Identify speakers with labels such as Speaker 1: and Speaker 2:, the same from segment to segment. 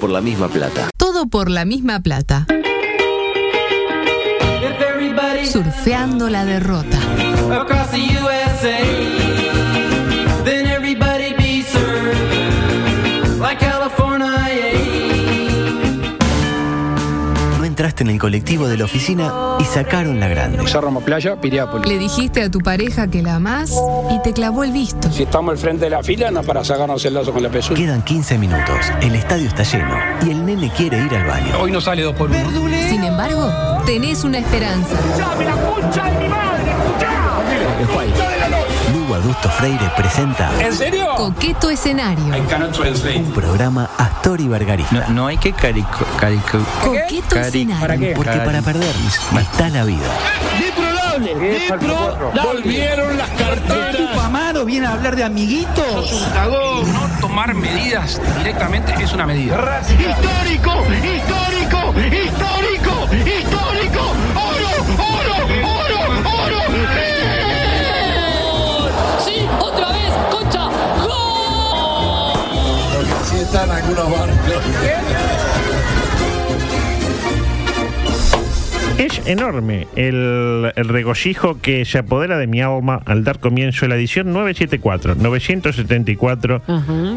Speaker 1: por la misma plata.
Speaker 2: Todo por la misma plata. Surfeando la derrota.
Speaker 3: across the USA. Then everybody be served like California.
Speaker 1: No entraste en el colectivo de la oficina y sacaron la grande.
Speaker 4: Cerro Playa, Piriápolis.
Speaker 2: Le dijiste a tu pareja que la amás y te clavó el visto.
Speaker 4: Si estamos al frente de la fila, no para sacarnos el lazo con la pezuña.
Speaker 1: Quedan 15 minutos, el estadio está lleno y el nene quiere ir al baño.
Speaker 4: Hoy no sale dos por uno.
Speaker 2: Sin embargo, tenés una esperanza.
Speaker 1: Lugo Adusto Freire presenta
Speaker 4: ¿En serio?
Speaker 2: Coqueto escenario.
Speaker 4: cannot translate.
Speaker 1: un programa Astor y Bargarista.
Speaker 5: No, no hay que carico, carico-
Speaker 2: Coqueto
Speaker 5: Cari-
Speaker 2: escenario.
Speaker 4: qué?
Speaker 1: Porque para perder está la vida.
Speaker 4: Volvieron las carteras.
Speaker 6: Amaro viene a hablar de amiguitos.
Speaker 4: No tomar medidas directamente es una medida.
Speaker 7: histórico, histórico, histórico, histórico, oro, oro, oro, oro.
Speaker 8: Sí, otra vez, Concha. ¡Gol!
Speaker 9: Es enorme el, el regocijo que se apodera de mi alma al dar comienzo a la edición 974, 974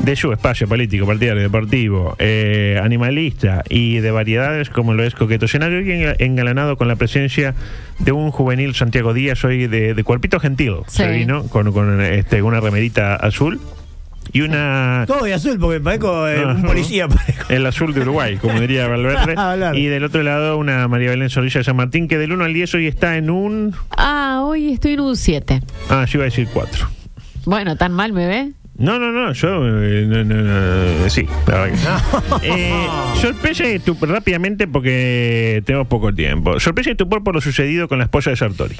Speaker 9: de su espacio político, partidario, deportivo, eh, animalista y de variedades como lo es Coqueto Escenario y enga- engalanado con la presencia de un juvenil Santiago Díaz hoy de, de cuerpito gentil. Se
Speaker 8: Sí.
Speaker 9: vino con, con, este, una remerita azul y una...
Speaker 6: Todo de azul, porque parezco eh,
Speaker 9: Ajá.
Speaker 6: un policía. parezco.
Speaker 9: El azul de Uruguay, como diría Valverde.
Speaker 6: Ah, claro.
Speaker 9: y del otro lado, una María Belén Zorrilla de San Martín, que del 1 al 10 hoy está en un.
Speaker 8: Ah, hoy estoy en un 7.
Speaker 9: Ah, yo iba a decir 4.
Speaker 8: Bueno, tan mal me ve.
Speaker 9: No, no, no, yo. eh, no, no, no, sí, la verdad que sí. Eh, sorpresa y estupor, rápidamente porque tenemos poco tiempo. Sorpresa y estupor por lo sucedido con la esposa de Sartori.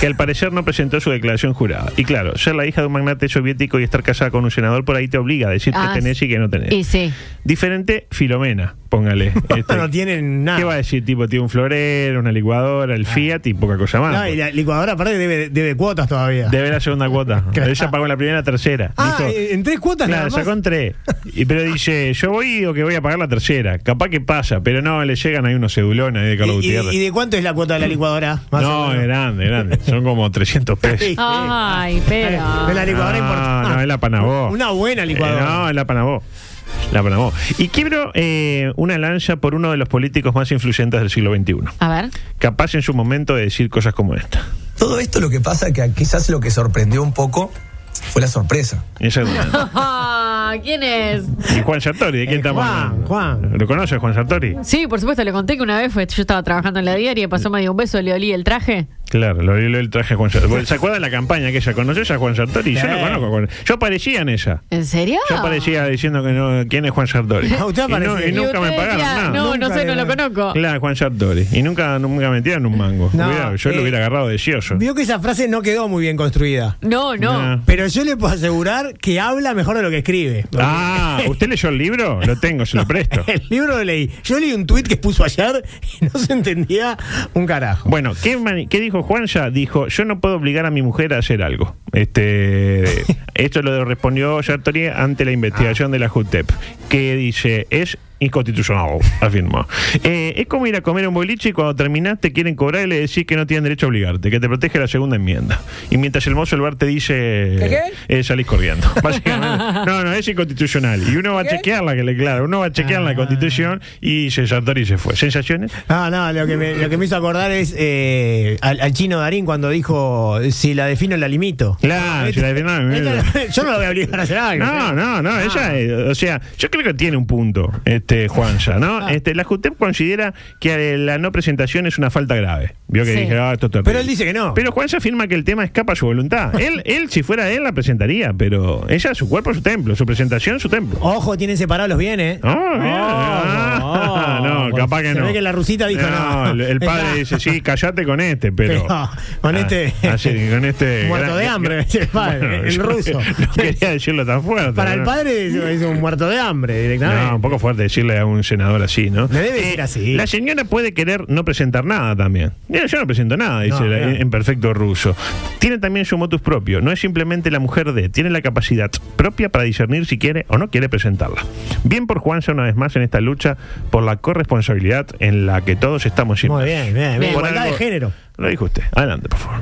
Speaker 9: Que al parecer no presentó su declaración jurada. Y claro, ser la hija de un magnate soviético y estar casada con un senador por ahí te obliga a decir
Speaker 8: Ah,
Speaker 9: que tenés y que no tenés.
Speaker 8: Y sí.
Speaker 9: Diferente, Filomena, póngale. Este,
Speaker 6: no tienen nada. Ah.
Speaker 9: ¿Qué va a decir? Tipo, tiene un florero, una licuadora, el Fiat y poca cosa más.
Speaker 6: No, y la licuadora aparte debe, debe cuotas todavía.
Speaker 9: pues. Debe la segunda cuota.
Speaker 6: Claro.
Speaker 9: Ella pagó la primera, la tercera.
Speaker 6: ah,
Speaker 9: Dijo,
Speaker 6: eh, en tres cuotas
Speaker 9: claro,
Speaker 6: nada
Speaker 9: sacó
Speaker 6: más.
Speaker 9: en tres. Y, pero dice, yo voy o que voy a pagar la tercera. Capaz que pasa, pero no, le llegan ahí unos cedulones ahí de Carlos
Speaker 6: ¿Y, y-
Speaker 9: Gutiérrez.
Speaker 6: y de cuánto es la cuota de la licuadora? Más o
Speaker 9: no,
Speaker 6: menos.
Speaker 9: grande, grande. Son como 300 pesos. Ah,
Speaker 6: Sí.
Speaker 10: Ah.
Speaker 8: Ay, pero.
Speaker 6: Es la licuadora importante.
Speaker 9: no, no, es la Panabó.
Speaker 6: Una buena licuadora.
Speaker 9: Eh, no, es la Panabó. La Panabó. Y quiebro eh, una lanza por uno de los políticos más influyentes del siglo XXI.
Speaker 8: A ver.
Speaker 9: Capaz en su momento de decir cosas como esta.
Speaker 11: Todo esto lo que pasa que quizás lo que sorprendió un poco fue la sorpresa.
Speaker 9: Esa es una.
Speaker 8: Ah, ¿Quién es?
Speaker 9: Y Juan Sartori, ¿de quién
Speaker 6: Eh,
Speaker 9: estamos
Speaker 6: Juan,
Speaker 9: hablando?
Speaker 6: Juan.
Speaker 9: ¿Lo conoces, Juan Sartori?
Speaker 8: Sí, por supuesto, le conté que una vez fue- yo estaba trabajando en la diaria, pasó medio un beso, le olí el traje.
Speaker 9: Claro, lo vi el traje a Juan Sartori. ¿Se acuerdan la campaña que ella conoces a Juan Sartori? Yo no
Speaker 6: Sí.
Speaker 9: conozco a Juan Yo parecía en ella.
Speaker 8: ¿En serio?
Speaker 9: Yo parecía diciendo que no, quién es Juan Sartori.
Speaker 6: Ah, usted
Speaker 9: y, no-
Speaker 6: aparecía.
Speaker 9: y
Speaker 8: Y
Speaker 9: nunca
Speaker 8: usted
Speaker 9: me
Speaker 8: decía,
Speaker 9: pagaron nada.
Speaker 8: No, no
Speaker 6: Nunca
Speaker 8: sé, no
Speaker 6: le-
Speaker 8: lo conozco.
Speaker 9: Claro, Juan Sartori. Y nunca, nunca me tiraron un mango.
Speaker 6: No,
Speaker 9: Hubiera- yo lo
Speaker 6: eh,
Speaker 9: hubiera agarrado deseoso.
Speaker 6: Vio que esa frase no quedó muy bien construida.
Speaker 8: No, no.
Speaker 9: Nah.
Speaker 6: Pero yo le puedo asegurar que habla mejor de lo que escribe.
Speaker 9: Ah, ¿usted leyó el libro? Lo tengo, se lo presto.
Speaker 6: El libro lo leí. Yo leí un tuit que puso ayer y no se entendía un carajo.
Speaker 9: Bueno, ¿qué, mani- qué dijo Juancha? Dijo, yo no puedo obligar a mi mujer a hacer algo. Este, esto lo respondió Sartori ante la investigación de la JUTEP, que dice, es inconstitucional, afirmó. Eh, es como ir a comer a un boliche y cuando terminás te quieren cobrar y le decís que no tienen derecho a obligarte, que te protege la segunda enmienda. Y mientras el mozo del bar te dice, eh, salís corriendo. Básicamente, no, no, es inconstitucional. Y uno va a chequear la que le, claro, uno va a chequear la constitución y dice, Sartori se fue. ¿Sensaciones?
Speaker 6: No, Ah, no, lo que me, lo que me hizo acordar es eh, al, al chino Darín cuando dijo, si la defino la limito.
Speaker 9: Claro, si la defino, me-
Speaker 6: Esta- yo Este- no la voy a obligar a hacer algo. Ah.
Speaker 9: No, no, no, ella, eh, o sea, yo creo que tiene un punto, este, Juanza,
Speaker 6: Ah.
Speaker 9: ¿no? Este, la JUTEP considera que eh, la no presentación es una falta grave. Vio que
Speaker 8: Sí.
Speaker 9: dije, ah, esto es terrible.
Speaker 6: Pero él dice que no.
Speaker 9: Pero Juanza afirma que el tema escapa a su voluntad. él, él, si fuera él, la presentaría, pero ella, su cuerpo, su templo, su presentación, su templo.
Speaker 6: Ojo, tienen separados los bienes.
Speaker 9: Ah, mira. Ah, no,
Speaker 6: pues,
Speaker 9: capaz que
Speaker 6: Oh, se
Speaker 9: no.
Speaker 6: ve que la rusita dijo no.
Speaker 9: el- El padre
Speaker 6: Está.
Speaker 9: dice, sí, callate con este, pero.
Speaker 6: Pero, con este-
Speaker 9: Ah, así, con este.
Speaker 6: Muerto de hambre. Claro, es el padre,
Speaker 9: Bueno,
Speaker 6: el
Speaker 9: yo
Speaker 6: ruso.
Speaker 9: No quería decirlo tan fuerte.
Speaker 6: Para el
Speaker 9: ¿no?
Speaker 6: padre es, es un muerto de hambre directamente.
Speaker 9: No, un poco fuerte decirle a un senador así, ¿no? Eh,
Speaker 6: Le debe decir así.
Speaker 9: La señora puede querer no presentar nada también. Mira, yo no presento nada, dice
Speaker 6: No,
Speaker 9: la-
Speaker 6: claro.
Speaker 9: en, en perfecto ruso. Tiene también su motus propio. No es simplemente la mujer de. Tiene la capacidad propia para discernir si quiere o no quiere presentarla. Bien por Juanza una vez más en esta lucha por la corresponsabilidad en la que todos estamos
Speaker 6: Muy bien, bien, bien.
Speaker 9: Por
Speaker 6: Igualdad de
Speaker 9: algo-
Speaker 6: género.
Speaker 9: Lo dijo usted. Adelante, por favor.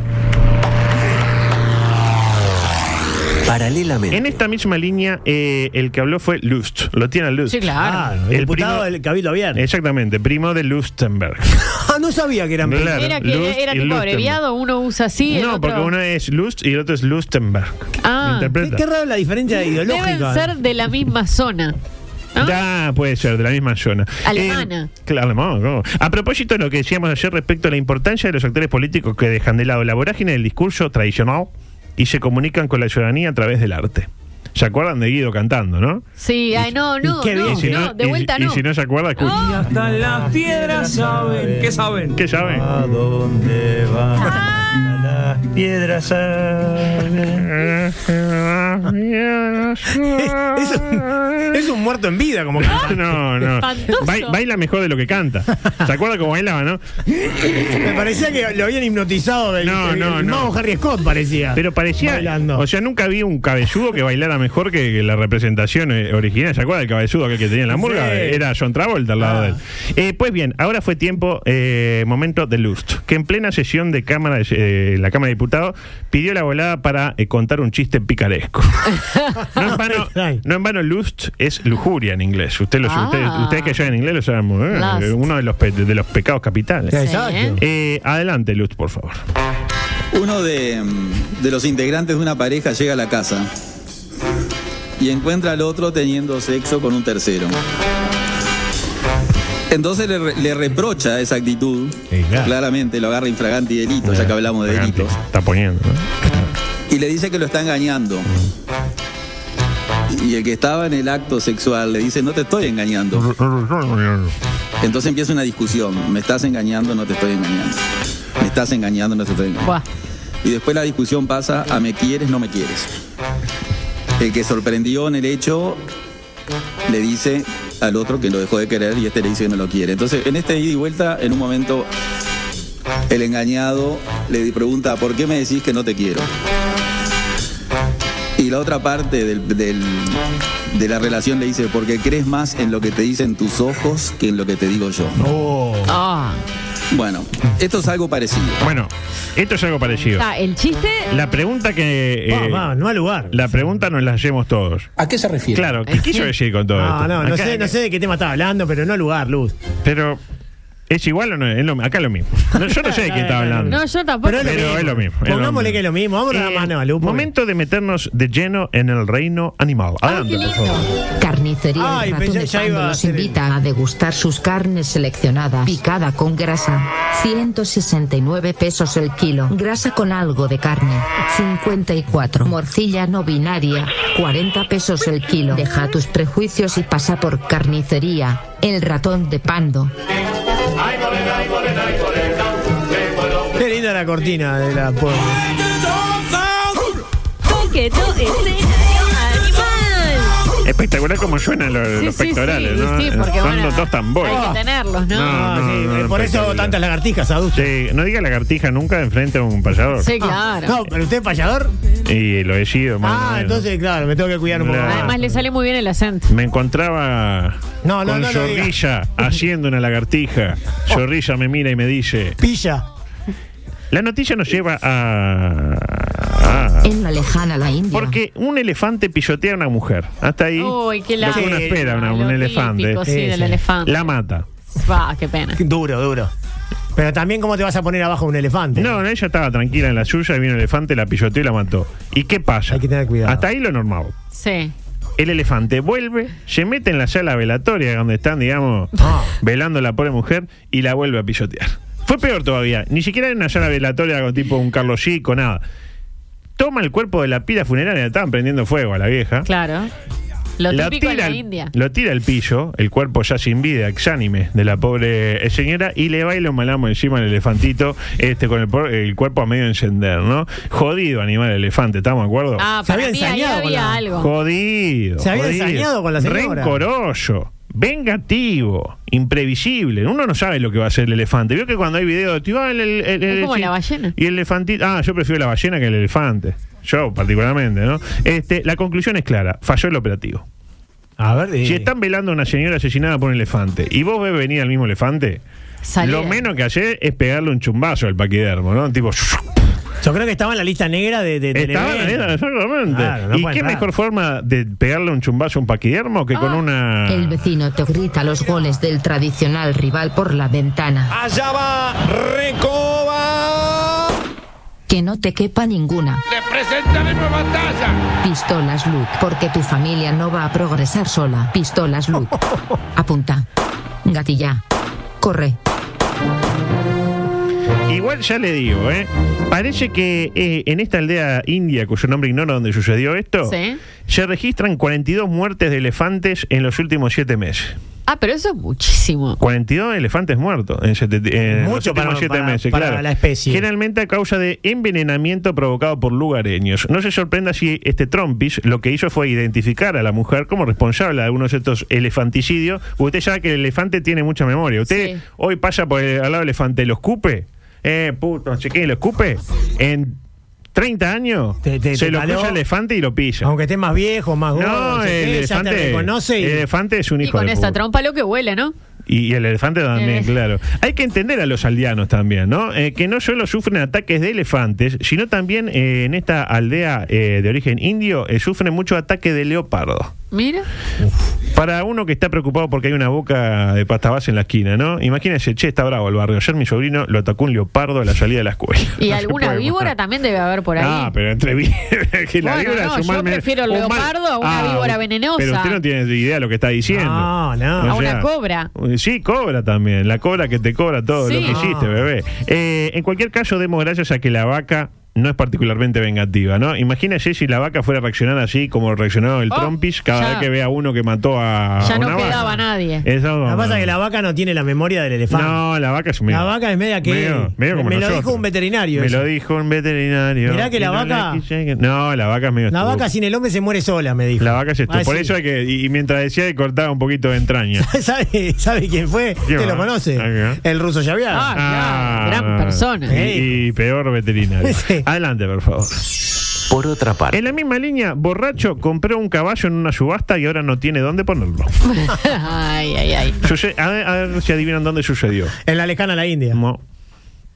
Speaker 1: Paralelamente.
Speaker 9: En esta misma línea, eh, el que habló fue Lust. Lo tiene a Lust.
Speaker 8: Sí, claro.
Speaker 6: Claro, el,
Speaker 9: El
Speaker 6: diputado
Speaker 9: primo-
Speaker 6: del Cabildo Abierto.
Speaker 9: Exactamente, primo de Lustenberg.
Speaker 6: Ah, no sabía que eran
Speaker 9: Claro,
Speaker 8: Era que
Speaker 9: Lust
Speaker 8: era
Speaker 9: y
Speaker 8: tipo
Speaker 9: Lustenberg.
Speaker 8: abreviado, uno usa así. el
Speaker 9: No,
Speaker 8: otro-
Speaker 9: porque uno es Lust y el otro es Lustenberg.
Speaker 8: Ah,
Speaker 6: ¿Qué,
Speaker 9: Interpreta.
Speaker 6: qué raro la diferencia ideológica.
Speaker 8: deben ser de la misma zona. ¿no?
Speaker 9: Ya puede ser, de la misma zona.
Speaker 8: Alemana.
Speaker 9: Eh, claro, no, no. A propósito de lo que decíamos ayer respecto a la importancia de los actores políticos que dejan de lado la vorágine del discurso tradicional y se comunican con la ciudadanía a través del arte. ¿Se acuerdan de Guido cantando, no?
Speaker 8: Sí, ay, no, no,
Speaker 6: qué
Speaker 8: no,
Speaker 6: bien,
Speaker 9: y si
Speaker 8: no, de
Speaker 9: y-
Speaker 8: vuelta
Speaker 9: y
Speaker 8: no.
Speaker 9: si no se acuerda, escucha.
Speaker 3: Están las piedras, saben. ¿Qué saben?
Speaker 9: ¿Qué saben?
Speaker 11: dónde van
Speaker 8: Ah,
Speaker 11: las piedras?
Speaker 6: Es un, es un muerto en vida, como que.
Speaker 9: No, no.
Speaker 8: Espantoso.
Speaker 9: Bai- baila mejor de lo que canta. ¿Se acuerda cómo bailaba, no?
Speaker 6: Me parecía que lo habían hipnotizado del,
Speaker 9: No,
Speaker 6: el-
Speaker 9: no,
Speaker 6: el
Speaker 9: no.
Speaker 6: mago Harry Scott, parecía.
Speaker 9: Pero parecía.
Speaker 6: Bailando.
Speaker 9: O sea, nunca vi un cabelludo que bailara mejor que, que la representación eh, original. ¿Se acuerda del cabelludo aquel que tenía en la murga?
Speaker 6: Sí.
Speaker 9: Era John Travolta al lado
Speaker 6: Ah.
Speaker 9: de él. Eh, pues bien, ahora fue tiempo, eh, momento de Lust, que en plena sesión de cámara, eh, la Cámara de Diputados pidió la volada para eh, contar un chiste picaresco. no, en vano,
Speaker 6: Extraño.
Speaker 9: no en vano Lust es lujuria en inglés. Usted lo-
Speaker 8: Ah.
Speaker 9: ustedes- ustedes que saben inglés lo saben muy bien.
Speaker 8: Lust.
Speaker 9: Eh, Uno de los, pe- de los pecados capitales.
Speaker 6: Sí,
Speaker 8: ¿eh?
Speaker 6: Exacto.
Speaker 9: Eh, adelante, Lust, por favor.
Speaker 7: Uno de, mm, de los integrantes de una pareja llega a la casa y encuentra al otro teniendo sexo con un tercero. Entonces le, re- le reprocha esa actitud.
Speaker 9: Sí, claro.
Speaker 7: Claramente lo agarra infraganti delito, ya que hablamos de delitos.
Speaker 9: Está poniendo. ¿no?
Speaker 7: Y le dice que lo está engañando. Y el que estaba en el acto sexual le dice, no te estoy engañando. Entonces empieza una discusión. Me estás engañando, no te estoy engañando. Me estás engañando, no te estoy engañando.
Speaker 8: Buah.
Speaker 7: Y después la discusión pasa a me quieres, no me quieres. El que sorprendió en el hecho le dice al otro que lo dejó de querer y este le dice que no lo quiere. Entonces, en este ida y vuelta, en un momento, el engañado le pregunta, ¿por qué me decís que no te quiero? Y la otra parte del- del- de la relación le dice, porque crees más en lo que te dicen tus ojos que en lo que te digo yo.
Speaker 9: Oh,
Speaker 8: Ah,
Speaker 7: Bueno, esto es algo parecido.
Speaker 9: Bueno, esto es algo parecido.
Speaker 8: está, el chiste
Speaker 9: La pregunta que.
Speaker 6: Va,
Speaker 9: eh,
Speaker 6: va, no al lugar.
Speaker 9: La pregunta nos la hacemos todos.
Speaker 11: ¿A qué se refiere?
Speaker 9: Claro, ¿qué quiso decir con todo
Speaker 6: no,
Speaker 9: esto?
Speaker 6: no, no
Speaker 9: Acá-
Speaker 6: sé, no sé de qué tema estaba hablando, pero no al lugar, Luz.
Speaker 9: Pero, ¿es igual o no? Es lo- acá es lo mismo. No, yo no sé de qué está hablando.
Speaker 8: No, yo tampoco.
Speaker 6: Pero es lo
Speaker 9: Pero
Speaker 6: mismo.
Speaker 9: es lo mismo. es lo mismo.
Speaker 6: Pongámosle
Speaker 9: Eh,
Speaker 6: que es lo mismo. Vamos a dar la mano a Luz. porque-
Speaker 9: Momento de meternos de lleno en el reino animal.
Speaker 8: Ay,
Speaker 9: Adelante,
Speaker 8: qué
Speaker 9: por favor.
Speaker 8: lindo.
Speaker 10: Carnicería
Speaker 6: Ay,
Speaker 10: El
Speaker 6: pensé-
Speaker 10: Ratón de
Speaker 6: ya iba
Speaker 10: Pando
Speaker 6: a
Speaker 10: los
Speaker 6: hacer el-
Speaker 10: invita a degustar sus carnes seleccionadas. Picada con grasa, 169 pesos el kilo. Grasa con algo de carne, 54. Morcilla no binaria, 40 pesos el kilo. Deja tus prejuicios y pasa por Carnicería El Ratón de Pando.
Speaker 6: Qué linda la cortina de la pueblo.
Speaker 8: Coqueto escenario animal.
Speaker 9: Espectacular como suenan los,
Speaker 8: Sí,
Speaker 9: los
Speaker 8: sí,
Speaker 9: pectorales,
Speaker 8: sí,
Speaker 9: ¿no?
Speaker 8: sí, porque,
Speaker 9: Son
Speaker 8: bueno, Oh.
Speaker 9: los dos tambores.
Speaker 8: Hay que tenerlos, ¿no?
Speaker 9: No, no, no,
Speaker 6: Ah, eh, por eso
Speaker 9: espectacular.
Speaker 6: tantas lagartijas, adulto.
Speaker 9: Sí, no diga lagartija nunca enfrente a un payador.
Speaker 8: Sí,
Speaker 6: Ah,
Speaker 8: claro.
Speaker 6: No, pero usted es payador.
Speaker 9: Y lo he sido, más o
Speaker 6: Ah,
Speaker 9: menos.
Speaker 6: entonces, claro, me tengo que cuidar un poco.
Speaker 9: La-
Speaker 6: más.
Speaker 8: Además, le sale muy bien el acento.
Speaker 9: Me encontraba
Speaker 6: No, no,
Speaker 9: con
Speaker 6: no lo
Speaker 9: Zorrilla haciendo una lagartija. Zorrilla me mira y me dice:
Speaker 6: Pilla.
Speaker 9: La noticia nos lleva a. a-
Speaker 10: En la lejana la India.
Speaker 9: porque un elefante pisotea a una mujer. Hasta ahí.
Speaker 8: Uy, qué
Speaker 9: lo que
Speaker 8: largo.
Speaker 9: uno espera, una-
Speaker 8: Lo
Speaker 9: un elefante.
Speaker 8: típico, sí,
Speaker 6: Sí,
Speaker 8: del
Speaker 6: sí.
Speaker 8: elefante.
Speaker 9: La mata.
Speaker 8: Bah, qué pena.
Speaker 6: Duro, duro. Pero también, ¿cómo te vas a poner abajo un elefante?
Speaker 9: No, no, ella estaba tranquila en la suya y vino el elefante, la pisoteó y la mató. ¿Y qué pasa?
Speaker 6: Hay que tener cuidado.
Speaker 9: Hasta ahí lo normal.
Speaker 8: Sí.
Speaker 9: El elefante vuelve, se mete en la sala velatoria donde están, digamos,
Speaker 6: Ah.
Speaker 9: velando la pobre mujer y la vuelve a pisotear. Fue peor todavía, ni siquiera en una sala velatoria con tipo un Carlos Chico, nada. Toma el cuerpo de la pira funeraria, estaban prendiendo fuego a la vieja,
Speaker 8: Claro. Lo
Speaker 9: La
Speaker 8: típico en la
Speaker 9: al-
Speaker 8: India.
Speaker 9: Lo tira al pillo, el cuerpo ya sin vida, exánime de la pobre eh, señora, y le baila un malamo encima al elefantito, este, con el, por- el cuerpo a medio encender, ¿no? Jodido animal elefante, ¿estamos de acuerdo?
Speaker 8: Ah,
Speaker 6: Se
Speaker 8: para
Speaker 6: había
Speaker 8: mí ahí
Speaker 6: ensañado con
Speaker 8: había
Speaker 6: la-
Speaker 8: algo.
Speaker 9: Jodido.
Speaker 6: Se había
Speaker 9: jodido.
Speaker 6: ensañado con la señora.
Speaker 9: Rencoroso. Vengativo, imprevisible. Uno no sabe lo que va a hacer el elefante. Vio que cuando hay videos, tipo, ah, el- el- el-
Speaker 8: Es
Speaker 9: el
Speaker 8: como
Speaker 9: chi-
Speaker 8: la ballena.
Speaker 9: Y el elefantito. Ah, yo prefiero la ballena que el elefante. Yo, particularmente, ¿no? Este, la conclusión es clara: falló el operativo.
Speaker 6: A ver, eh,
Speaker 9: Si están velando a una señora asesinada por un elefante y vos ves venir al mismo elefante,
Speaker 8: Salida.
Speaker 9: lo menos que hacer es pegarle un chumbazo al paquidermo, ¿no? Tipo.
Speaker 6: yo creo que estaba en la lista negra de. de- del
Speaker 9: Estaba en
Speaker 6: evento.
Speaker 9: esa, exactamente.
Speaker 6: Claro, no
Speaker 9: ¿Y
Speaker 6: puede
Speaker 9: qué
Speaker 6: entrar.
Speaker 9: mejor forma de pegarle un chumbazo a un paquidermo que con una.
Speaker 10: El vecino te grita los goles del tradicional rival por la ventana.
Speaker 3: Allá va Recoba.
Speaker 10: Que no te quepa ninguna.
Speaker 4: ¡Les presentaremos batalla!
Speaker 10: Pistolas Luke, porque tu familia no va a progresar sola. Pistolas Luke. Apunta. Gatilla. Corre.
Speaker 9: Igual ya le digo, ¿eh? Parece que eh, en esta aldea india, cuyo nombre ignoro donde sucedió esto,
Speaker 8: Sí.
Speaker 9: se registran 42 muertes de elefantes en los últimos 7 meses.
Speaker 8: Ah, pero eso es muchísimo.
Speaker 9: 42 elefantes muertos en, siete- en
Speaker 6: Mucho
Speaker 9: los últimos
Speaker 6: para-
Speaker 9: siete
Speaker 6: para-
Speaker 9: meses,
Speaker 6: para
Speaker 9: claro.
Speaker 6: la especie.
Speaker 9: Generalmente a causa de envenenamiento provocado por lugareños. No se sorprenda si este Trompis lo que hizo fue identificar a la mujer como responsable de algunos de estos elefanticidios. Usted sabe que el elefante tiene mucha memoria. Usted
Speaker 8: Sí.
Speaker 9: hoy pasa por el, al lado del elefante y lo escupe. Eh, puto, no sé qué, lo escupe. En 30 años
Speaker 6: Te- te-
Speaker 9: se
Speaker 6: te
Speaker 9: lo
Speaker 6: caló.
Speaker 9: cruza el elefante y lo pilla.
Speaker 6: Aunque esté más viejo, más gordo,
Speaker 9: no,
Speaker 6: sé
Speaker 9: el
Speaker 6: qué, ya te
Speaker 9: elefante,
Speaker 6: reconoce y-
Speaker 9: el elefante es un
Speaker 8: Y
Speaker 9: hijo
Speaker 8: con
Speaker 9: de
Speaker 8: esa
Speaker 9: puta.
Speaker 8: trompa lo que huele, ¿no?
Speaker 9: Y, y el elefante también,
Speaker 8: Eh.
Speaker 9: claro. Hay que entender a los aldeanos también, ¿no? Eh, que no solo sufren ataques de elefantes, sino también eh, en esta aldea eh, de origen indio eh, sufren mucho ataque de leopardo.
Speaker 8: Mira.
Speaker 9: Para uno que está preocupado porque hay una boca de pasta base en la esquina, ¿no? Imagínense, che, está bravo el barrio. Ayer mi sobrino lo atacó un leopardo a la salida de la escuela.
Speaker 8: Y
Speaker 9: No se
Speaker 8: alguna
Speaker 9: puede
Speaker 8: víbora
Speaker 9: mojar.
Speaker 8: también debe haber por ahí.
Speaker 9: Ah, pero entre víboras. que la
Speaker 8: Bueno,
Speaker 9: víbora
Speaker 8: no,
Speaker 9: es un
Speaker 8: yo
Speaker 9: mal me-
Speaker 8: prefiero el
Speaker 9: un mal- Ah,
Speaker 8: leopardo a una víbora venenosa. Ah.
Speaker 9: Pero usted no tiene idea de lo que está diciendo.
Speaker 6: No, no.
Speaker 9: O
Speaker 8: A una cobra.
Speaker 9: eh, Sí, cobra también. La cobra que te cobra todo
Speaker 8: Sí.
Speaker 9: lo que hiciste,
Speaker 6: Ah.
Speaker 9: bebé. Eh, en cualquier caso, demos gracias a que la vaca no es particularmente vengativa, ¿no? Imagínese si la vaca fuera a reaccionar así como reaccionó el
Speaker 8: Oh,
Speaker 9: Trompis cada
Speaker 8: ya.
Speaker 9: vez que ve a uno que mató a
Speaker 8: Ya
Speaker 9: a
Speaker 8: no
Speaker 9: una
Speaker 8: quedaba
Speaker 9: vaca.
Speaker 8: nadie.
Speaker 9: Eso,
Speaker 6: Lo que pasa es que la vaca no tiene la memoria del elefante.
Speaker 9: no, la vaca es
Speaker 6: La vaca es media que-
Speaker 9: medio- medio como
Speaker 6: me lo
Speaker 9: nosotros.
Speaker 6: dijo un veterinario
Speaker 9: Me
Speaker 6: eso.
Speaker 9: lo dijo un veterinario.
Speaker 6: Mirá que
Speaker 9: Y
Speaker 6: la
Speaker 9: no le
Speaker 6: vaca-
Speaker 9: quise- No, la vaca es medio
Speaker 6: La
Speaker 9: estuvo.
Speaker 6: vaca sin el hombre se muere sola, me dijo.
Speaker 9: La vaca es esto.
Speaker 6: Ah,
Speaker 9: Por
Speaker 6: sí.
Speaker 9: eso hay que. Y, y mientras decía, que cortaba un poquito de entraña.
Speaker 6: ¿Sabe, sabe quién fue?
Speaker 9: ¿Quién
Speaker 6: ¿Te
Speaker 9: va?
Speaker 6: lo conoce?
Speaker 9: Ahí va.
Speaker 6: El ruso Yaviar.
Speaker 8: Ah, claro, gran persona.
Speaker 9: Eh. Y, y peor veterinario.
Speaker 6: Sí.
Speaker 9: Adelante, por favor.
Speaker 1: Por otra parte,
Speaker 9: En la misma línea, borracho compró un caballo en una subasta y ahora no tiene dónde ponerlo.
Speaker 8: ay, ay, ay.
Speaker 9: Suce- a, ver, a ver si adivinan dónde sucedió.
Speaker 6: En la lejana la India.
Speaker 9: Mo-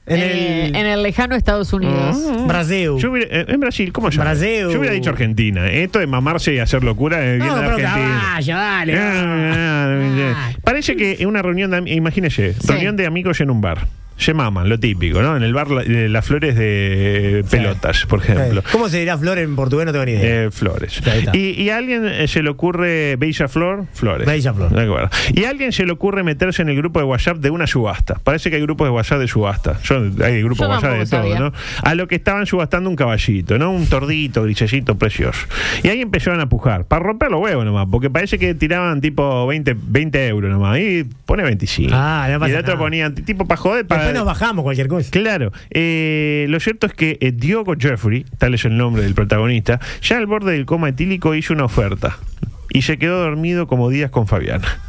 Speaker 6: En
Speaker 8: Eh,
Speaker 6: el,
Speaker 8: en el lejano Estados Unidos.
Speaker 6: Brasil.
Speaker 9: Yo hubiera- eh, en Brasil, ¿cómo se llama?
Speaker 6: Brasil.
Speaker 9: Yo hubiera dicho Argentina. Esto de mamarse y hacer locura eh, viene
Speaker 6: No,
Speaker 9: de
Speaker 6: pero
Speaker 9: Argentina.
Speaker 6: caballo, dale.
Speaker 9: Ah, ah, Parece que en una reunión de am- imagínese, reunión de amigos en un bar. Se maman, lo típico, ¿no? En el bar la- eh, las flores de pelotas, por ejemplo.
Speaker 6: ¿Cómo se dirá flor en portugués? No tengo ni idea.
Speaker 9: Eh, flores.
Speaker 6: Ahí está.
Speaker 9: Y, y a alguien eh, se le ocurre Bella Flor, Flores.
Speaker 6: Bella Flor.
Speaker 9: De acuerdo. Y a alguien se le ocurre meterse en el grupo de WhatsApp de una subasta. Parece que hay grupos de WhatsApp de subasta. Yo- hay
Speaker 8: Yo
Speaker 9: grupos de WhatsApp de
Speaker 8: tampoco
Speaker 9: todo,
Speaker 8: sabía.
Speaker 9: ¿no? A lo que estaban subastando un caballito, ¿no? Un tordito, grisecito, precioso. Y ahí empezaron a pujar. Para romper los huevos nomás, porque parece que tiraban tipo 20, 20 euros nomás. Y pone 25.
Speaker 6: Ah, no pasa
Speaker 9: y el otro
Speaker 6: nada.
Speaker 9: ponían tipo para joder, para.
Speaker 6: Después nos bajamos cualquier cosa.
Speaker 9: Claro, eh, lo cierto es que eh, Diogo Jeffrey, tal es el nombre del protagonista, ya al borde del coma etílico hizo una oferta y se quedó dormido como días con Fabiana.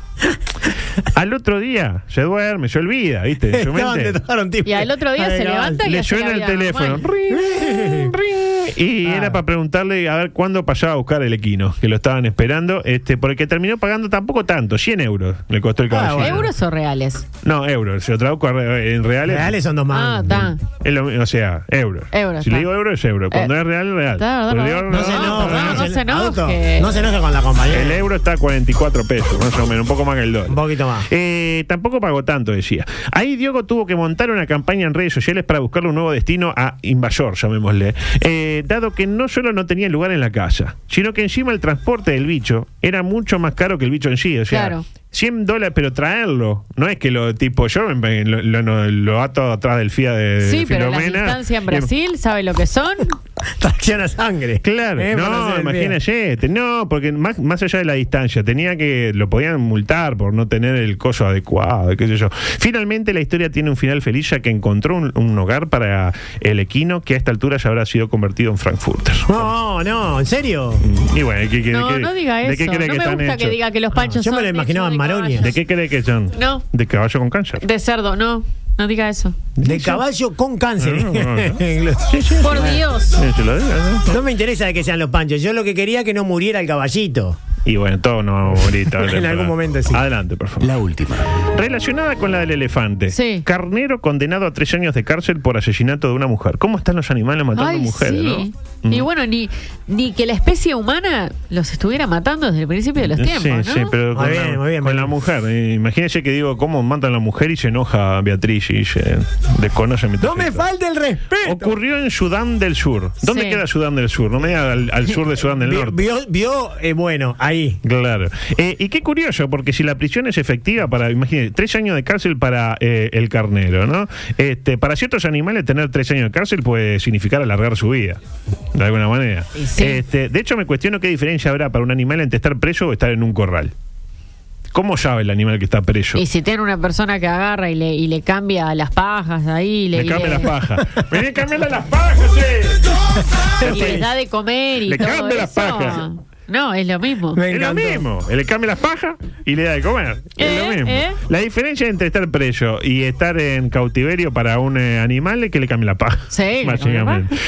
Speaker 9: Al otro día se duerme, se olvida, ¿viste? En su
Speaker 6: Estaban
Speaker 9: mente.
Speaker 6: de tocar un tipo.
Speaker 8: Y al otro día
Speaker 6: Ay,
Speaker 8: se
Speaker 6: cabal.
Speaker 8: levanta y
Speaker 9: Le
Speaker 8: hace la
Speaker 9: suena el
Speaker 8: vida
Speaker 9: teléfono.
Speaker 8: normal.
Speaker 9: Ring, ring. Y
Speaker 6: Ah.
Speaker 9: era para preguntarle a ver cuándo pasaba a buscar el equino, que lo estaban esperando, este, porque terminó pagando tampoco tanto, 100 euros le costó el
Speaker 6: Ah,
Speaker 9: caballero.
Speaker 6: bueno.
Speaker 8: ¿Euros o reales?
Speaker 9: No, euros, se lo traduzco a re- en reales.
Speaker 6: Reales son dos
Speaker 8: Ah,
Speaker 6: más.
Speaker 8: está.
Speaker 9: Es lo mi- o sea, euros.
Speaker 8: Euros,
Speaker 9: si le
Speaker 8: está.
Speaker 9: digo euro, es euro. Cuando
Speaker 8: Eh,
Speaker 9: es real, es real.
Speaker 8: está, está,
Speaker 9: Cuando digo
Speaker 8: está.
Speaker 6: No se
Speaker 8: No,
Speaker 6: enoja.
Speaker 8: no, no se enoje.
Speaker 6: Adulto, No se enoja con la compañera.
Speaker 9: El euro está a 44 pesos, más o menos, un poco más que el dólar.
Speaker 6: Un poquito más.
Speaker 9: Eh, tampoco pagó tanto, decía. Ahí Diogo tuvo que montar una campaña en redes sociales para buscarle un nuevo destino a invasor, llamémosle. Eh, dado que no solo no tenía lugar en la casa, sino que encima el transporte del bicho era mucho más caro que el bicho en sí. O sea,
Speaker 8: Claro.
Speaker 9: 100 dólares, pero traerlo. No es que lo tipo yo me- me- lo, lo- lo ato atrás del FIA de, de
Speaker 8: Sí, pero las
Speaker 9: Filomena.
Speaker 8: distancias en
Speaker 9: y-
Speaker 8: Brasil, ¿sabe lo que son?
Speaker 6: Tracción a sangre.
Speaker 9: Claro,
Speaker 6: Eh, para hacer
Speaker 9: no,
Speaker 6: el bien.
Speaker 9: imagínese, te- no, porque más, más allá de la distancia, tenía que, lo podían multar por no tener el coso adecuado, qué sé yo. Finalmente la historia tiene un final feliz ya que encontró un, un hogar para el equino que a esta altura ya habrá sido convertido en Frankfurter.
Speaker 6: No, no, en serio.
Speaker 9: Y bueno, ¿qué- qué-
Speaker 8: No,
Speaker 9: qué-
Speaker 8: no diga
Speaker 9: ¿de
Speaker 8: eso.
Speaker 9: qué cree
Speaker 8: no me
Speaker 9: que están
Speaker 8: gusta que
Speaker 9: hechos?
Speaker 8: diga que los panchos
Speaker 6: yo me
Speaker 8: son
Speaker 6: lo imaginaba
Speaker 8: hechos
Speaker 6: en Maroni.
Speaker 8: caballos.
Speaker 9: ¿De qué cree que son?
Speaker 8: No.
Speaker 9: De caballo con cáncer.
Speaker 8: De cerdo, no. No diga eso.
Speaker 6: De caballo con cáncer.
Speaker 9: Ah, No, no, no.
Speaker 6: Sí, sí.
Speaker 8: Por Dios.
Speaker 9: Sí, te lo digo, ¿no?
Speaker 6: No me interesa de que sean los panchos. Yo lo que quería es que no muriera el caballito.
Speaker 9: Y bueno, todo no vamos a morir, tal vez,
Speaker 6: En
Speaker 9: pero-
Speaker 6: algún momento sí.
Speaker 9: Adelante, por favor.
Speaker 1: La última.
Speaker 9: Relacionada con la del elefante.
Speaker 8: Sí.
Speaker 9: Carnero condenado a tres años de cárcel por asesinato de una mujer. ¿Cómo están los animales matando
Speaker 8: Ay,
Speaker 9: mujeres?
Speaker 8: sí.
Speaker 9: ¿no? Mm.
Speaker 8: Y bueno, ni, ni que la especie humana los estuviera matando desde el principio de los tiempos,
Speaker 9: Sí,
Speaker 8: ¿no?
Speaker 9: sí, pero con,
Speaker 6: Muy bien,
Speaker 9: la,
Speaker 6: muy bien,
Speaker 9: con la
Speaker 6: Mariano.
Speaker 9: mujer. Eh, imagínese que digo, ¿cómo matan a la mujer y se enoja a Beatriz y se desconoce mi
Speaker 6: No me
Speaker 9: trayecto?
Speaker 6: falte el respeto.
Speaker 9: Ocurrió en Sudán del Sur. ¿Dónde
Speaker 8: Sí.
Speaker 9: queda Sudán del Sur? No me diga al, al sur de Sudán del
Speaker 6: Vio,
Speaker 9: Norte.
Speaker 6: vio, vio, eh, bueno, ahí.
Speaker 9: Claro. Eh, y qué curioso, porque si la prisión es efectiva para, imagínate, tres años de cárcel para eh, el carnero, ¿no? Este, para ciertos animales tener tres años de cárcel puede significar alargar su vida, de alguna manera.
Speaker 8: Y sí.
Speaker 9: Este, de hecho, me cuestiono qué diferencia habrá para un animal entre estar preso o estar en un corral. ¿Cómo sabe el animal que está preso?
Speaker 8: Y si tiene una persona que agarra y le, y le cambia las pajas ahí, y le,
Speaker 9: Le
Speaker 8: y
Speaker 9: cambia
Speaker 8: le-
Speaker 9: las pajas. Vení a cambiarle las pajas, sí.
Speaker 8: y le da de comer y
Speaker 9: Le
Speaker 8: todo
Speaker 9: cambia las
Speaker 8: eso.
Speaker 9: pajas.
Speaker 8: No, es lo mismo.
Speaker 6: Me
Speaker 9: es lo
Speaker 6: encantó.
Speaker 9: mismo. Él le cambia las pajas y le da de comer. es
Speaker 8: Eh,
Speaker 9: lo mismo.
Speaker 8: eh.
Speaker 9: La diferencia entre estar preso y estar en cautiverio para un eh, animal es que le cambia la paja.
Speaker 8: Sí, le cambia la
Speaker 9: básicamente.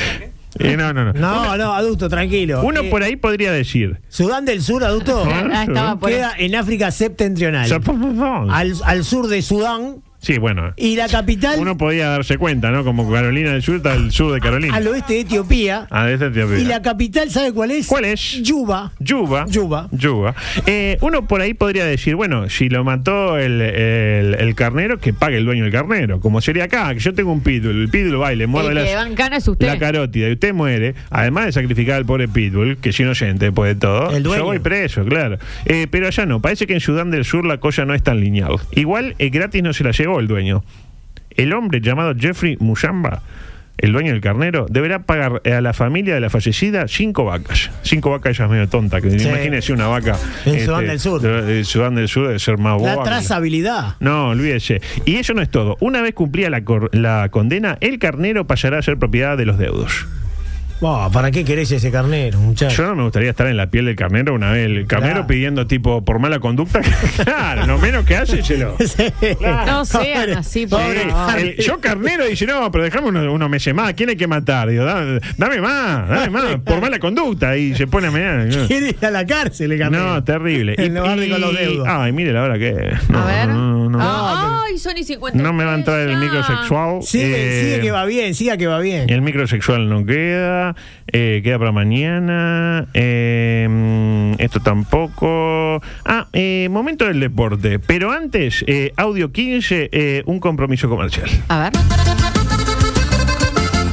Speaker 9: Eh, no, no, no.
Speaker 6: No, no, adulto, tranquilo.
Speaker 9: Uno
Speaker 6: Eh,
Speaker 9: por ahí podría decir.
Speaker 6: Sudán del Sur, adulto,
Speaker 8: Ah, estaba por
Speaker 6: queda en África septentrional. Al, al sur de Sudán
Speaker 9: Sí, bueno.
Speaker 6: y la capital
Speaker 9: Uno podía darse cuenta, ¿no? Como Carolina del Sur está al sur de Carolina.
Speaker 6: al oeste de Etiopía.
Speaker 9: Ah, de esa teoría.
Speaker 6: Y la capital, ¿sabe cuál es?
Speaker 9: ¿Cuál es?
Speaker 6: Yuba.
Speaker 9: Yuba.
Speaker 6: Yuba.
Speaker 9: Yuba. Eh, uno por ahí podría decir, bueno, si lo mató el, el- el carnero, que pague el dueño del carnero. Como sería acá, que yo tengo un pitbull, el pitbull va y le muerde
Speaker 8: El que
Speaker 9: las-
Speaker 8: van cana es usted.
Speaker 9: la carótida y usted muere, además de sacrificar al pobre pitbull, que es inocente después de todo,
Speaker 6: El dueño.
Speaker 9: yo voy preso, claro. Eh, pero allá no, parece que en Sudán del Sur la cosa no es tan lineal. Igual, eh, gratis no se la llevó el dueño. El hombre llamado Jeffrey Mushamba, el dueño del carnero, deberá pagar a la familia de la fallecida cinco vacas. Cinco vacas ella es medio tonta, que
Speaker 6: Sí.
Speaker 9: imagínese una vaca. este,
Speaker 6: En Sudán del Sur.
Speaker 9: de- de Sudán del Sur debe ser más boba.
Speaker 6: La
Speaker 9: que
Speaker 6: trazabilidad.
Speaker 9: no, olvídese. Y eso no es todo. Una vez cumplida la, cor- la condena, el carnero pasará a ser propiedad de los deudos.
Speaker 6: Buah, ¿Para qué querés ese carnero, muchacho?
Speaker 9: Yo no me gustaría estar en la piel del carnero una vez. El carnero
Speaker 6: Claro.
Speaker 9: pidiendo, tipo, por mala conducta. claro, lo menos que hace, se lo.
Speaker 6: Sí.
Speaker 8: No sean
Speaker 6: Pobre-
Speaker 8: así, por
Speaker 9: Sí,
Speaker 6: pobre
Speaker 8: favor.
Speaker 9: el- yo carnero dice, no, pero dejame unos, unos meses más, ¿quién hay que matar? Digo, da- dame más, dame más, por mala conducta. Y se pone a mirar.
Speaker 6: Quiere ir a la cárcel, el carnero.
Speaker 9: No, terrible. ah,
Speaker 6: En lugar de con los deudos.
Speaker 9: Ay, mire la hora que.
Speaker 8: a
Speaker 9: no,
Speaker 8: ver.
Speaker 9: no, no.
Speaker 8: Ah, Ay, Sony 50.
Speaker 9: No me va a entrar el micro sexual.
Speaker 6: Sigue,
Speaker 9: eh,
Speaker 6: sigue que va bien, siga que va bien.
Speaker 9: El microsexual no queda, eh, queda para mañana, eh, mm, esto tampoco. Ah, eh, momento del deporte, pero antes, eh, audio 15, eh, un compromiso comercial.
Speaker 8: A ver.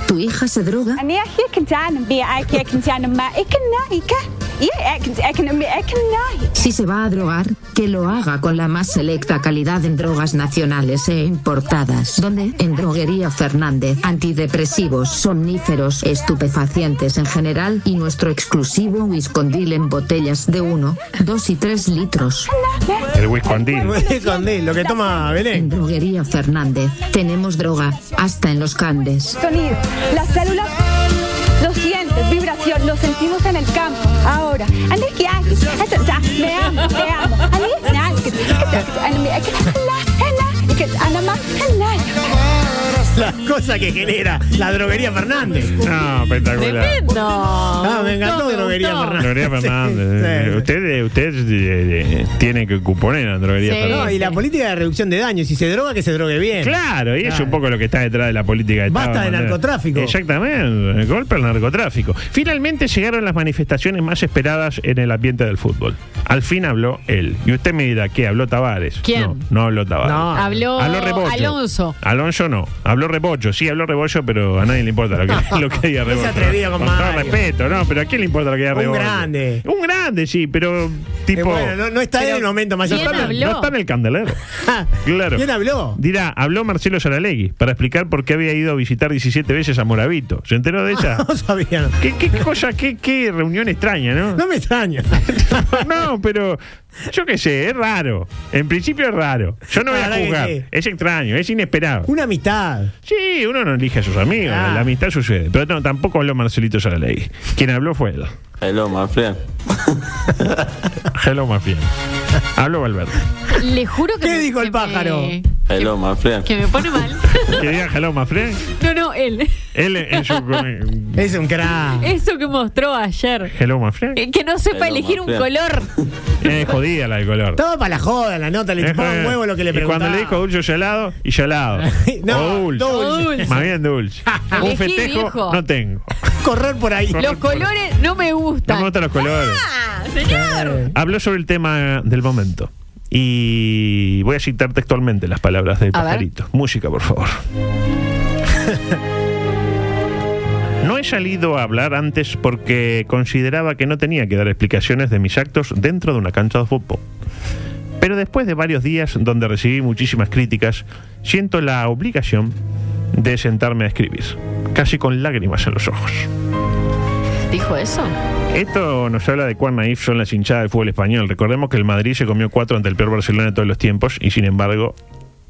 Speaker 10: ¿Tu hija se droga? Si se va a drogar, que lo haga con la más selecta calidad en drogas nacionales e importadas. Donde en Droguería Fernández, antidepresivos, somníferos, estupefacientes en general y nuestro exclusivo Wiscondil en botellas de 1, 2 y 3 litros.
Speaker 9: El Wisconsin.
Speaker 6: Con D, lo que toma
Speaker 10: En
Speaker 6: Belén.
Speaker 10: Droguería Fernández tenemos droga hasta en los Candes.
Speaker 12: Sonido. Las células lo sientes, vibración, lo sentimos en el campo. Ahora. Ande que hay. Esto, ya, Me amo, me amo. Ande, na, que- que- que- ande, me- que- la, la, que- anda más, la.
Speaker 6: Las cosas que genera la droguería Fernández.
Speaker 9: No, espectacular.
Speaker 8: Tremendo. Ah,
Speaker 6: me encantó Droguería Fernández.
Speaker 9: Droguería
Speaker 6: Sí,
Speaker 9: Fernández.
Speaker 6: sí.
Speaker 9: eh, Usted, eh, usted eh, eh, tiene que cuponer a Droguería
Speaker 8: Sí.
Speaker 9: Fernández.
Speaker 6: No, y la
Speaker 8: Sí.
Speaker 6: política de reducción de daños. Si se droga, que se drogue bien.
Speaker 9: Claro, y es un poco lo que está detrás de la política de
Speaker 6: Basta
Speaker 9: Estado,
Speaker 6: de
Speaker 9: Mandela.
Speaker 6: narcotráfico.
Speaker 9: Exactamente, el golpe al narcotráfico. Finalmente llegaron las manifestaciones más esperadas en el ambiente del fútbol. Al fin habló él. Y usted me dirá, ¿qué? ¿Habló Tavares?
Speaker 8: ¿Quién?
Speaker 9: No, no habló Tavares.
Speaker 6: No.
Speaker 8: Habló
Speaker 9: Habló Rebollo.
Speaker 8: Alonso.
Speaker 9: Alonso no. Habló Rebollo. Sí, habló Rebollo, pero a nadie le importa lo que, lo que diga
Speaker 6: No se
Speaker 9: Rebollo.
Speaker 6: atrevido con
Speaker 9: todo
Speaker 6: Mario.
Speaker 9: respeto, no, pero ¿a quién le importa lo que diga
Speaker 6: Un
Speaker 9: Rebollo?
Speaker 6: grande.
Speaker 9: Un grande, sí, pero tipo.
Speaker 6: Eh, bueno, no, no está él en el momento más
Speaker 9: No está, en el- no está en el candelero. claro.
Speaker 6: ¿Quién habló?
Speaker 9: Dirá, habló Marcelo Saralegui para explicar por qué había ido a visitar 17 veces a Moravito. ¿Se enteró de ella?
Speaker 6: No sabía. no.
Speaker 9: ¿Qué, qué cosa, qué, qué reunión extraña, ¿no?
Speaker 6: No me extraña.
Speaker 9: No, pero yo qué sé, es raro. En principio es raro. Yo no voy
Speaker 6: La
Speaker 9: a
Speaker 6: verdad que
Speaker 9: juzgar.
Speaker 6: sí.
Speaker 9: Es extraño, es inesperado.
Speaker 6: Una amistad.
Speaker 9: Sí, uno no elige a sus amigos,
Speaker 6: Ah.
Speaker 9: la amistad sucede. Pero no, tampoco habló Marcelito Saralegui. Quien habló fue él.
Speaker 13: Hello, my friend.
Speaker 9: Hello, más bien. Habló Valverde.
Speaker 8: Le juro que.
Speaker 6: ¿Qué
Speaker 8: me-
Speaker 6: dijo el
Speaker 8: que
Speaker 6: pájaro?
Speaker 8: me-
Speaker 13: Hello, my friend.
Speaker 8: que me pone mal.
Speaker 9: Que diga hello, my friend.
Speaker 8: No, no, él.
Speaker 9: Él en su.
Speaker 6: Es un crack.
Speaker 8: Eso que mostró ayer.
Speaker 9: Hello, my friend.
Speaker 8: Eh, Que no sepa
Speaker 13: Hello,
Speaker 8: elegir
Speaker 13: my
Speaker 8: un
Speaker 13: friend.
Speaker 8: color.
Speaker 9: Es jodida la de color.
Speaker 6: Estaba para la joda en la nota, le
Speaker 9: Es
Speaker 6: chupaba un
Speaker 9: jodida.
Speaker 6: huevo lo que le
Speaker 9: Y
Speaker 6: preguntaba.
Speaker 9: cuando le dijo dulce o gelado, y gelado.
Speaker 6: No,
Speaker 9: o dulce.
Speaker 6: dulce.
Speaker 8: Dulce.
Speaker 9: Más bien dulce.
Speaker 8: Elegí,
Speaker 9: un festejo
Speaker 8: viejo.
Speaker 9: no tengo.
Speaker 6: correr por ahí.
Speaker 9: Correr
Speaker 8: Los
Speaker 9: por-
Speaker 8: colores no me
Speaker 9: No
Speaker 8: gustan.
Speaker 9: me gustan los colores.
Speaker 8: ¡Ah, señor!
Speaker 9: Habló sobre el tema del momento. Y voy a citar textualmente las palabras del
Speaker 8: A ver.
Speaker 9: pajarito. Música, por favor. No he salido a hablar antes porque consideraba que no tenía que dar explicaciones de mis actos dentro de una cancha de fútbol. Pero después de varios días donde recibí muchísimas críticas, siento la obligación de sentarme a escribir, casi con lágrimas en los ojos.
Speaker 8: ¿Dijo eso?
Speaker 9: Esto nos habla de cuán naif son las hinchadas del fútbol español. Recordemos que el Madrid se comió cuatro ante el peor Barcelona de todos los tiempos y sin embargo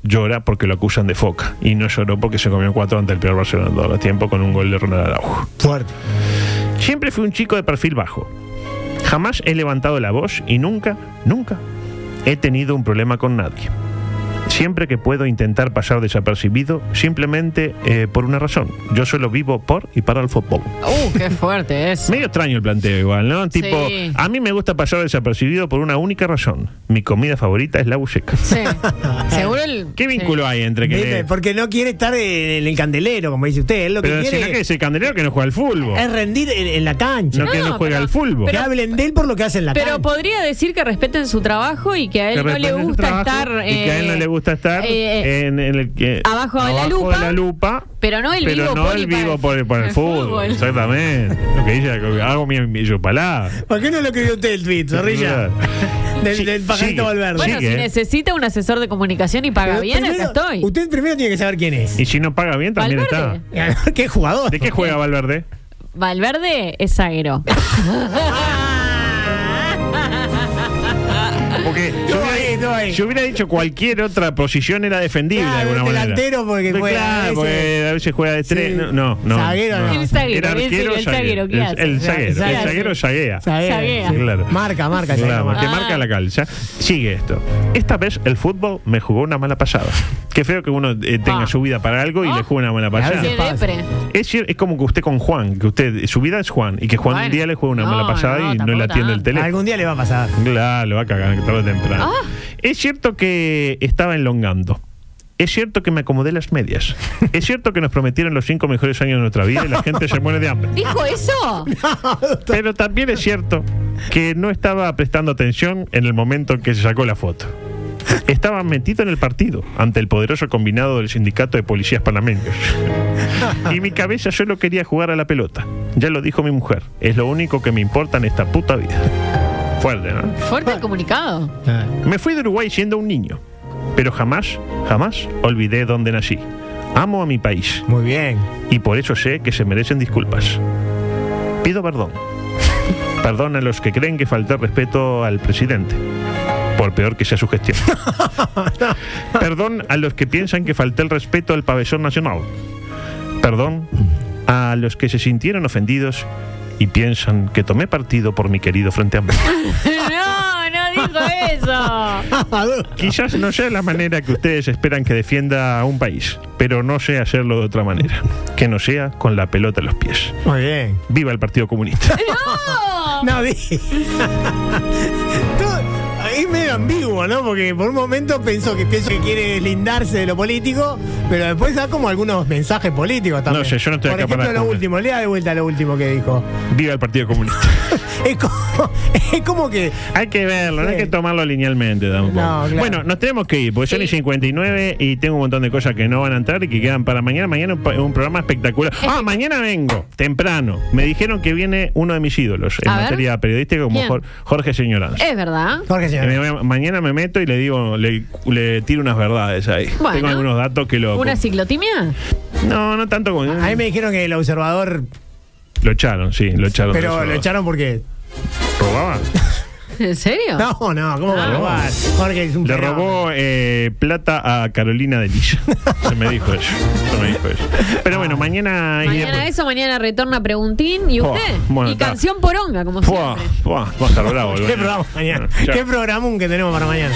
Speaker 9: llora porque lo acusan de foca. Y no lloró porque se comió cuatro ante el peor Barcelona de todos los tiempos con un gol de Ronald Araujo.
Speaker 6: Fuerte.
Speaker 9: Siempre fui un chico de perfil bajo. Jamás he levantado la voz y nunca, nunca he tenido un problema con nadie. Siempre que puedo intentar pasar desapercibido, simplemente eh, por una razón. Yo solo vivo por y para el fútbol.
Speaker 8: Uh, qué fuerte es.
Speaker 9: Medio extraño el planteo igual, ¿no? Tipo,
Speaker 8: Sí.
Speaker 9: a mí me gusta pasar desapercibido por una única razón. Mi comida favorita es la buceca.
Speaker 8: Sí. Seguro el.
Speaker 9: ¿Qué vínculo hay entre que...
Speaker 6: Viste,
Speaker 9: le-
Speaker 6: Porque no quiere estar en el candelero, como dice usted. Él lo que
Speaker 9: Pero si no
Speaker 6: quiere
Speaker 9: que es el candelero que no juega al fútbol.
Speaker 6: es rendir en, en la cancha.
Speaker 9: No, que no
Speaker 8: No,
Speaker 9: juega
Speaker 8: pero-
Speaker 9: al fútbol.
Speaker 6: que hablen de él por lo que hace en la
Speaker 8: Pero
Speaker 6: cancha.
Speaker 8: podría decir que respeten su trabajo y que a él
Speaker 9: Que
Speaker 8: no le
Speaker 9: respeten su
Speaker 8: gusta
Speaker 9: trabajo
Speaker 8: estar.
Speaker 9: y que a él no
Speaker 8: eh,
Speaker 9: le gusta estar
Speaker 8: eh,
Speaker 9: en, en el que
Speaker 8: abajo de la lupa,
Speaker 9: lupa,
Speaker 8: pero no el vivo
Speaker 9: no
Speaker 8: por y
Speaker 9: el
Speaker 8: para
Speaker 9: vivo
Speaker 8: el-
Speaker 9: por, el- por el
Speaker 8: el
Speaker 9: fútbol,
Speaker 8: fútbol.
Speaker 9: exactamente lo que dice lo que- hago mi, mi yo palabra
Speaker 6: ¿Por qué no lo escribió usted el tweet, zorrilla? del,
Speaker 9: Sí,
Speaker 6: del pajarito
Speaker 9: sigue.
Speaker 6: Valverde.
Speaker 8: Bueno,
Speaker 9: Sigue.
Speaker 8: si necesita un asesor de comunicación y paga
Speaker 6: Pero
Speaker 8: bien, acá
Speaker 6: primero-
Speaker 8: estoy.
Speaker 6: Usted primero tiene que saber quién es.
Speaker 9: y si no paga bien también
Speaker 8: Valverde.
Speaker 9: está
Speaker 6: ¿Qué jugador?
Speaker 9: ¿de qué juega Valverde?
Speaker 8: Valverde es zaguero.
Speaker 9: Porque yo
Speaker 6: Todo
Speaker 9: hubiera,
Speaker 6: ahí, todo ahí.
Speaker 9: yo hubiera dicho cualquier otra posición era defendible
Speaker 6: Claro,
Speaker 9: de alguna
Speaker 6: el
Speaker 9: manera.
Speaker 6: delantero porque
Speaker 9: No,
Speaker 6: juega
Speaker 9: claro,
Speaker 6: a veces-
Speaker 9: porque a veces juega de tres.
Speaker 6: Sí.
Speaker 9: No, no. no,
Speaker 6: Zaguero,
Speaker 9: no.
Speaker 6: no. El
Speaker 8: zaguero,
Speaker 9: Era
Speaker 8: bien
Speaker 9: arquero,
Speaker 8: serio, el zaguero, ¿qué
Speaker 9: El-
Speaker 8: hace?
Speaker 9: El zaguero,
Speaker 6: ¿Qué
Speaker 9: el
Speaker 6: hace?
Speaker 9: zaguero zaguea.
Speaker 6: Zaguero,
Speaker 8: Zaguea.
Speaker 6: sí.
Speaker 9: Claro.
Speaker 6: Marca, marca, ya
Speaker 9: Claro,
Speaker 6: marca.
Speaker 9: que marca la calza. Sigue esto. Esta vez el fútbol me jugó una mala pasada. Qué feo que uno eh, tenga
Speaker 8: Ah.
Speaker 9: su vida para algo y
Speaker 8: Ah.
Speaker 9: le juega una mala pasada.
Speaker 8: Qué
Speaker 6: pasa.
Speaker 8: depre.
Speaker 9: Es, cier- es como que usted con Juan, que usted su vida es Juan y que Juan un
Speaker 8: Bueno,
Speaker 9: día le juega una
Speaker 8: no,
Speaker 9: mala pasada
Speaker 8: no,
Speaker 9: y no
Speaker 8: tampoco
Speaker 9: le atiende el
Speaker 8: tanto.
Speaker 9: teléfono.
Speaker 6: Algún día le va a pasar.
Speaker 9: Claro, lo va a cagar tarde o temprano. Es cierto que estaba enlongando. Es cierto que me acomodé las medias. Es cierto que nos prometieron los cinco mejores años de nuestra vida y la gente se muere de hambre.
Speaker 8: ¿Dijo eso?
Speaker 9: Pero también es cierto que no estaba prestando atención en el momento en que se sacó la foto. Estaba metido en el partido ante el poderoso combinado del sindicato de policías panameños. Y mi cabeza solo quería jugar a la pelota. Ya lo dijo mi mujer. Es lo único que me importa en esta puta vida. Fuerte, ¿no?
Speaker 8: Fuerte el comunicado.
Speaker 9: Me fui de Uruguay siendo un niño, pero jamás, jamás olvidé dónde nací. Amo a mi país
Speaker 6: Muy bien.
Speaker 9: y por eso sé que se merecen disculpas. Pido perdón. Perdón a los que creen que falté respeto al presidente, por peor que sea su gestión. Perdón a los que piensan que falté el respeto al pabellón nacional. Perdón a los que se sintieron ofendidos y piensan que tomé partido por mi querido frente amplio.
Speaker 8: no, no dijo eso.
Speaker 9: Quizás no sea la manera que ustedes esperan que defienda a un país, pero no sé hacerlo de otra manera, que no sea con la pelota en los pies.
Speaker 6: Muy bien.
Speaker 9: Viva el Partido Comunista.
Speaker 8: No.
Speaker 6: No, di. Todo- Es medio ambiguo, ¿no? Porque por un momento pensó que pienso que quiere deslindarse de lo político, pero después da como algunos mensajes políticos también.
Speaker 9: No sé, yo no estoy
Speaker 6: Por
Speaker 9: acá para
Speaker 6: ejemplo, lo
Speaker 9: responder.
Speaker 6: último, lea de vuelta lo último que dijo.
Speaker 9: Viva el Partido Comunista.
Speaker 6: Es como, es como que.
Speaker 9: Hay que verlo, no hay que tomarlo linealmente tampoco.
Speaker 6: No, claro.
Speaker 9: Bueno, nos tenemos que ir, porque son y 59 y tengo un montón de cosas que no van a entrar y que quedan para mañana. Mañana un, pa- un programa espectacular. Ah, mañana vengo, temprano. Me dijeron que viene uno de mis ídolos en
Speaker 8: A ver.
Speaker 9: materia periodística como
Speaker 8: ¿Quién?
Speaker 9: Jor- Jorge Señoranz.
Speaker 8: Es verdad.
Speaker 6: Jorge,
Speaker 9: Y me voy a- mañana me meto y le digo, le, le tiro unas verdades ahí.
Speaker 8: Bueno.
Speaker 9: Tengo algunos datos que lo.
Speaker 8: ¿Una ciclotimia?
Speaker 9: No, no tanto como.
Speaker 6: A mí me dijeron que el observador.
Speaker 9: Lo echaron, sí, lo echaron.
Speaker 6: pero lo
Speaker 9: echaron.
Speaker 6: echaron porque.
Speaker 9: ¿Robaba?
Speaker 8: ¿En serio?
Speaker 6: No, no, ¿cómo va a
Speaker 9: Ah.
Speaker 6: robar? Jorge es un
Speaker 9: Le
Speaker 6: fenómeno.
Speaker 9: robó eh, plata a Carolina de Lilla. Se me dijo eso. Se me dijo eso. Pero bueno, mañana. y
Speaker 8: Mañana
Speaker 9: después-
Speaker 8: eso, mañana retorna Preguntín y
Speaker 9: Fua,
Speaker 8: usted.
Speaker 9: bueno,
Speaker 8: y
Speaker 9: está.
Speaker 8: canción poronga, como
Speaker 9: Fua,
Speaker 8: siempre.
Speaker 9: fua, va a estar bravo. el
Speaker 6: ¿Qué
Speaker 9: baño.
Speaker 6: programa mañana?
Speaker 9: Bueno, ya.
Speaker 6: ¿Qué programón que tenemos para mañana?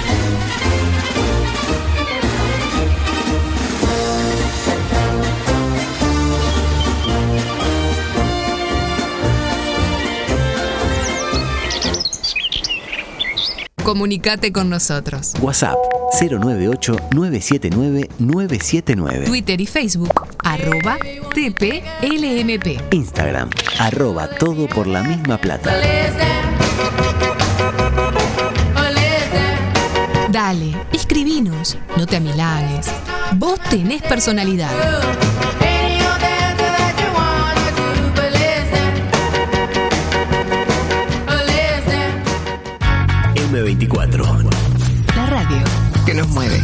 Speaker 2: Comunicate con nosotros.
Speaker 1: WhatsApp 098-979-979.
Speaker 2: Twitter y Facebook, arroba TPLMP.
Speaker 1: Instagram, arroba todo por la misma plata.
Speaker 2: Dale, escribinos, no te amilanes. Vos tenés personalidad.
Speaker 1: M24.
Speaker 2: La radio que nos mueve.